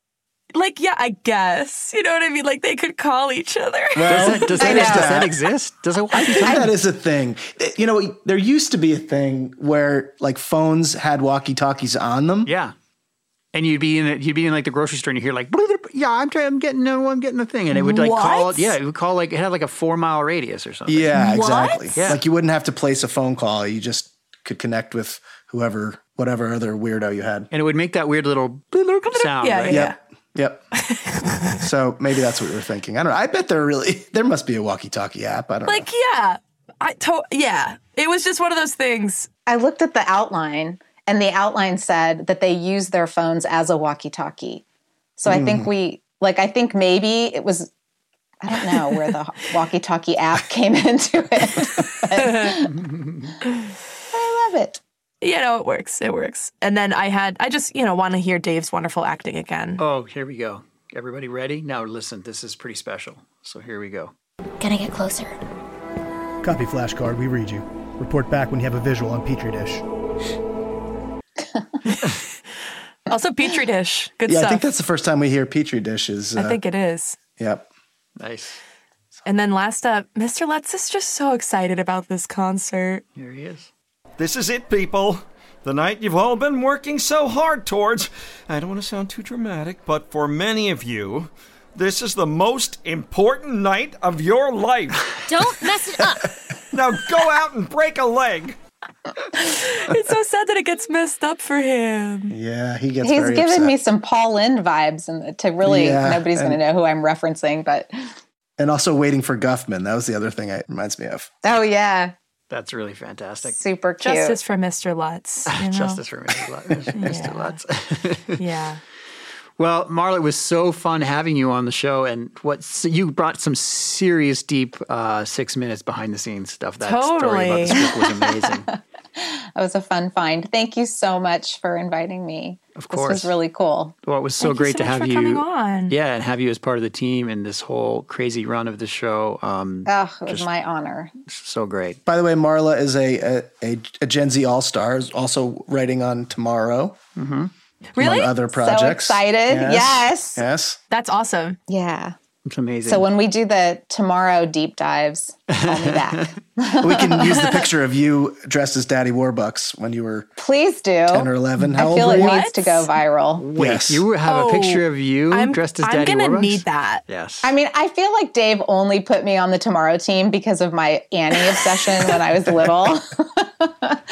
Speaker 6: Like, yeah, I guess. You know what I mean? Like, they could call each other.
Speaker 5: does that, does that, does that exist? Does it?
Speaker 8: I think that is a thing. You know, there used to be a thing where like phones had walkie talkies on them.
Speaker 5: Yeah. And you'd be in it. You'd be in like the grocery store, and you hear like, yeah, I'm, trying, I'm getting, no, I'm getting the thing, and it would like call.
Speaker 8: What?
Speaker 5: Yeah, it would call like it had like a four mile radius or something.
Speaker 8: Yeah, exactly.
Speaker 5: Yeah.
Speaker 8: Like you wouldn't have to place a phone call. You just could connect with whoever, whatever other weirdo you had.
Speaker 5: and it would make that weird little sound.
Speaker 8: Yeah,
Speaker 5: right?
Speaker 8: yeah, Yep. so maybe that's what we were thinking. I don't know. I bet there really there must be a walkie-talkie app. I don't
Speaker 6: Like, yeah. I to- yeah. It was just one of those things.
Speaker 9: I looked at the outline, and the outline said that they use their phones as a walkie-talkie. So I think
Speaker 8: Hmm.
Speaker 3: Mm.
Speaker 9: we like. I think maybe it was. I don't know where the walkie-talkie app came into it. I love it.
Speaker 6: You know, it works. It works. And then I had, I just, you know, want to hear Dave's wonderful acting again.
Speaker 5: Oh, here we go. Everybody ready? Now listen, this is pretty special. So here we go.
Speaker 3: Gonna get closer.
Speaker 4: Copy flashcard. We read you. Report back when you have a visual on Petri dish.
Speaker 6: Also, Petri dish. Good
Speaker 8: yeah,
Speaker 6: stuff.
Speaker 8: I think that's the first time we hear Petri dishes.
Speaker 5: uh,
Speaker 6: I think it is.
Speaker 8: Yep.
Speaker 5: Nice.
Speaker 6: And then last up, Mr. Lutz is just so excited about this concert.
Speaker 5: Here he is.
Speaker 26: This is it, people. The night you've all been working so hard towards. I don't want to sound too dramatic, but for many of you, this is the most important night of your life.
Speaker 27: Don't mess it up.
Speaker 26: now go out and break a leg.
Speaker 24: it's so sad that it gets messed up for him.
Speaker 8: Yeah, he gets.
Speaker 9: He's
Speaker 8: very
Speaker 9: given
Speaker 8: upset.
Speaker 9: me some Paul Lynn vibes, and to really
Speaker 8: Yeah,
Speaker 9: nobody's going to
Speaker 8: and-
Speaker 9: know who I'm referencing. But
Speaker 8: and also waiting for Guffman. That was the other thing it reminds me of.
Speaker 9: oh yeah,
Speaker 5: That's really fantastic.
Speaker 9: super cute.
Speaker 24: Justice for Mr. Lutz. you know?
Speaker 5: Justice for Mr. Lutz. Mr. Lutz.
Speaker 24: yeah.
Speaker 5: Well, Marla, it was so fun having you on the show, and what so you brought some serious deep uh, six minutes behind the scenes stuff. That story about this book was amazing.
Speaker 9: That was a fun find. Thank you so much for inviting me. Of this
Speaker 5: course.
Speaker 9: was really cool.
Speaker 5: Well, it was so
Speaker 9: Thank you
Speaker 5: great
Speaker 9: so
Speaker 5: to
Speaker 9: much
Speaker 5: have
Speaker 9: for
Speaker 5: you.
Speaker 9: coming on.
Speaker 5: Yeah, and have you as part of the team in this whole crazy run of the show. Um,
Speaker 9: Oh, it was
Speaker 5: just
Speaker 9: my honor.
Speaker 5: so great.
Speaker 8: By the way, Marla is a a, a, a Gen Z All Star. Is also writing on tomorrow. Mm-hmm.
Speaker 9: Really?
Speaker 8: Among other
Speaker 9: So
Speaker 8: projects.
Speaker 9: excited. Yes.
Speaker 8: Yes.
Speaker 24: That's awesome.
Speaker 9: Yeah.
Speaker 5: It's amazing.
Speaker 9: So when we do the tomorrow deep dives, call me back.
Speaker 8: we can use the picture of you dressed as Daddy Warbucks when you were
Speaker 9: Please do.
Speaker 8: 10 or 11. How
Speaker 9: I feel
Speaker 8: old
Speaker 9: it
Speaker 8: were you?
Speaker 9: needs to go viral.
Speaker 5: Wait, you have a picture
Speaker 24: Oh,
Speaker 5: of you dressed as
Speaker 9: I'm
Speaker 5: Daddy
Speaker 9: gonna
Speaker 5: Warbucks?
Speaker 9: need that.
Speaker 5: Yes.
Speaker 9: I mean, I feel like Dave only put me on the tomorrow team because of my Annie obsession when I was little. but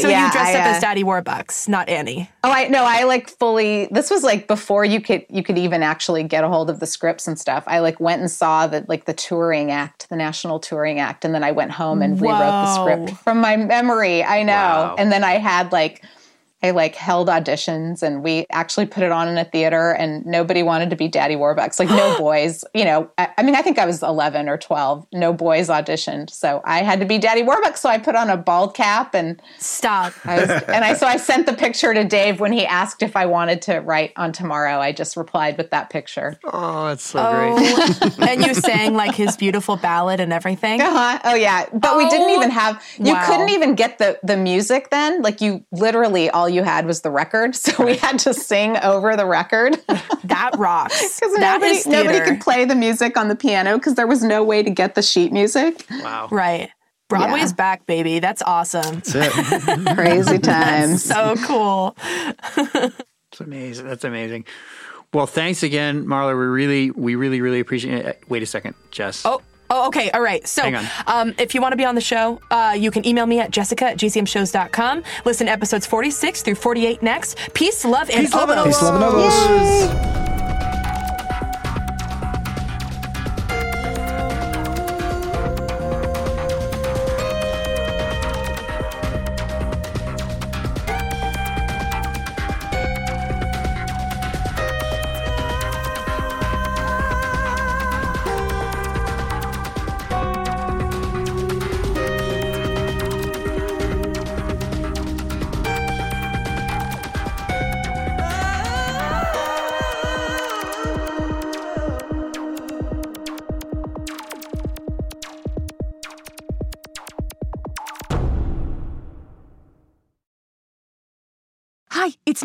Speaker 24: so
Speaker 9: yeah,
Speaker 24: you dressed
Speaker 9: I,
Speaker 24: up
Speaker 9: uh,
Speaker 24: as Daddy Warbucks, not Annie.
Speaker 9: Oh, I no, I like fully. This was like before you could you could even actually get a hold of the scripts and stuff. I like went and saw the like the touring act, the national touring act, and then I went home and rewrote the
Speaker 24: Whoa.
Speaker 9: script from my memory. I know,
Speaker 24: Wow.
Speaker 9: and then I had like. I like held auditions and we actually put it on in a theater and nobody wanted to be Daddy Warbucks. Like no boys, you know, I, I mean, I think I was 11 or 12. No boys auditioned. So I had to be Daddy Warbucks. So I put on a bald cap and
Speaker 24: stop.
Speaker 9: I was, and I, so I sent the picture to Dave when he asked if I wanted to write on tomorrow. I just replied with that picture.
Speaker 5: Oh, that's so
Speaker 24: Oh, and you sang like his beautiful ballad and everything. Oh,
Speaker 9: Uh-huh. Oh yeah, but we didn't even have you
Speaker 24: wow.
Speaker 9: couldn't even get the the music then. Like you literally all you had was the record, so we had to sing over the record.
Speaker 24: that rocks.
Speaker 9: Because
Speaker 24: That
Speaker 9: nobody,
Speaker 24: is
Speaker 9: nobody
Speaker 24: theater.
Speaker 9: could play the music on the piano because there was no way to get the sheet music.
Speaker 5: Wow.
Speaker 24: Right. Broadway's back, baby. That's awesome.
Speaker 9: it. Crazy times.
Speaker 24: so cool.
Speaker 5: It's amazing. That's amazing. Well, thanks again, Marla. We really, we really, really appreciate it. Uh, Wait a second, Jess.
Speaker 24: Oh, Oh, okay. All right. So,
Speaker 5: Hang on.
Speaker 24: Um, if you want to be on the show, uh, you can email me at jessica at gcmshows.com. Listen to episodes 46 through 48 next. Peace, love, and
Speaker 8: Peace, love, and
Speaker 24: oboes.
Speaker 8: Peace, love, and oboes.
Speaker 24: Yay.
Speaker 6: Hi, it's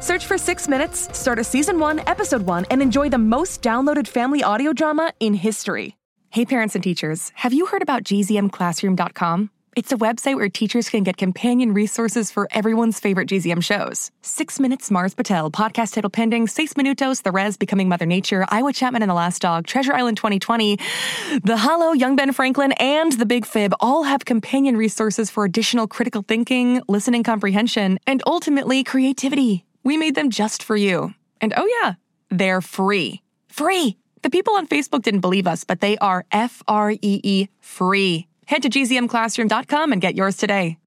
Speaker 6: Search for Six Minutes, start a season one, episode one, and enjoy the most downloaded family audio drama in history. Hey, parents and teachers, have you heard about gzmclassroom.com? It's a website where teachers can get companion resources for everyone's favorite GZM shows. Six Minutes, Mars Patel, Podcast Title Pending, Seis Minutos, The Res, Becoming Mother Nature, Iowa Chapman and the Last Dog, Treasure Island 2020, The Hollow, Young Ben Franklin, and The Big Fib all have companion resources for additional critical thinking, listening comprehension, and ultimately creativity. We made them just for you. And oh, yeah, they're free. Free! The people on Facebook didn't believe us, but they are F R E E free. Head to gzmclassroom.com and get yours today.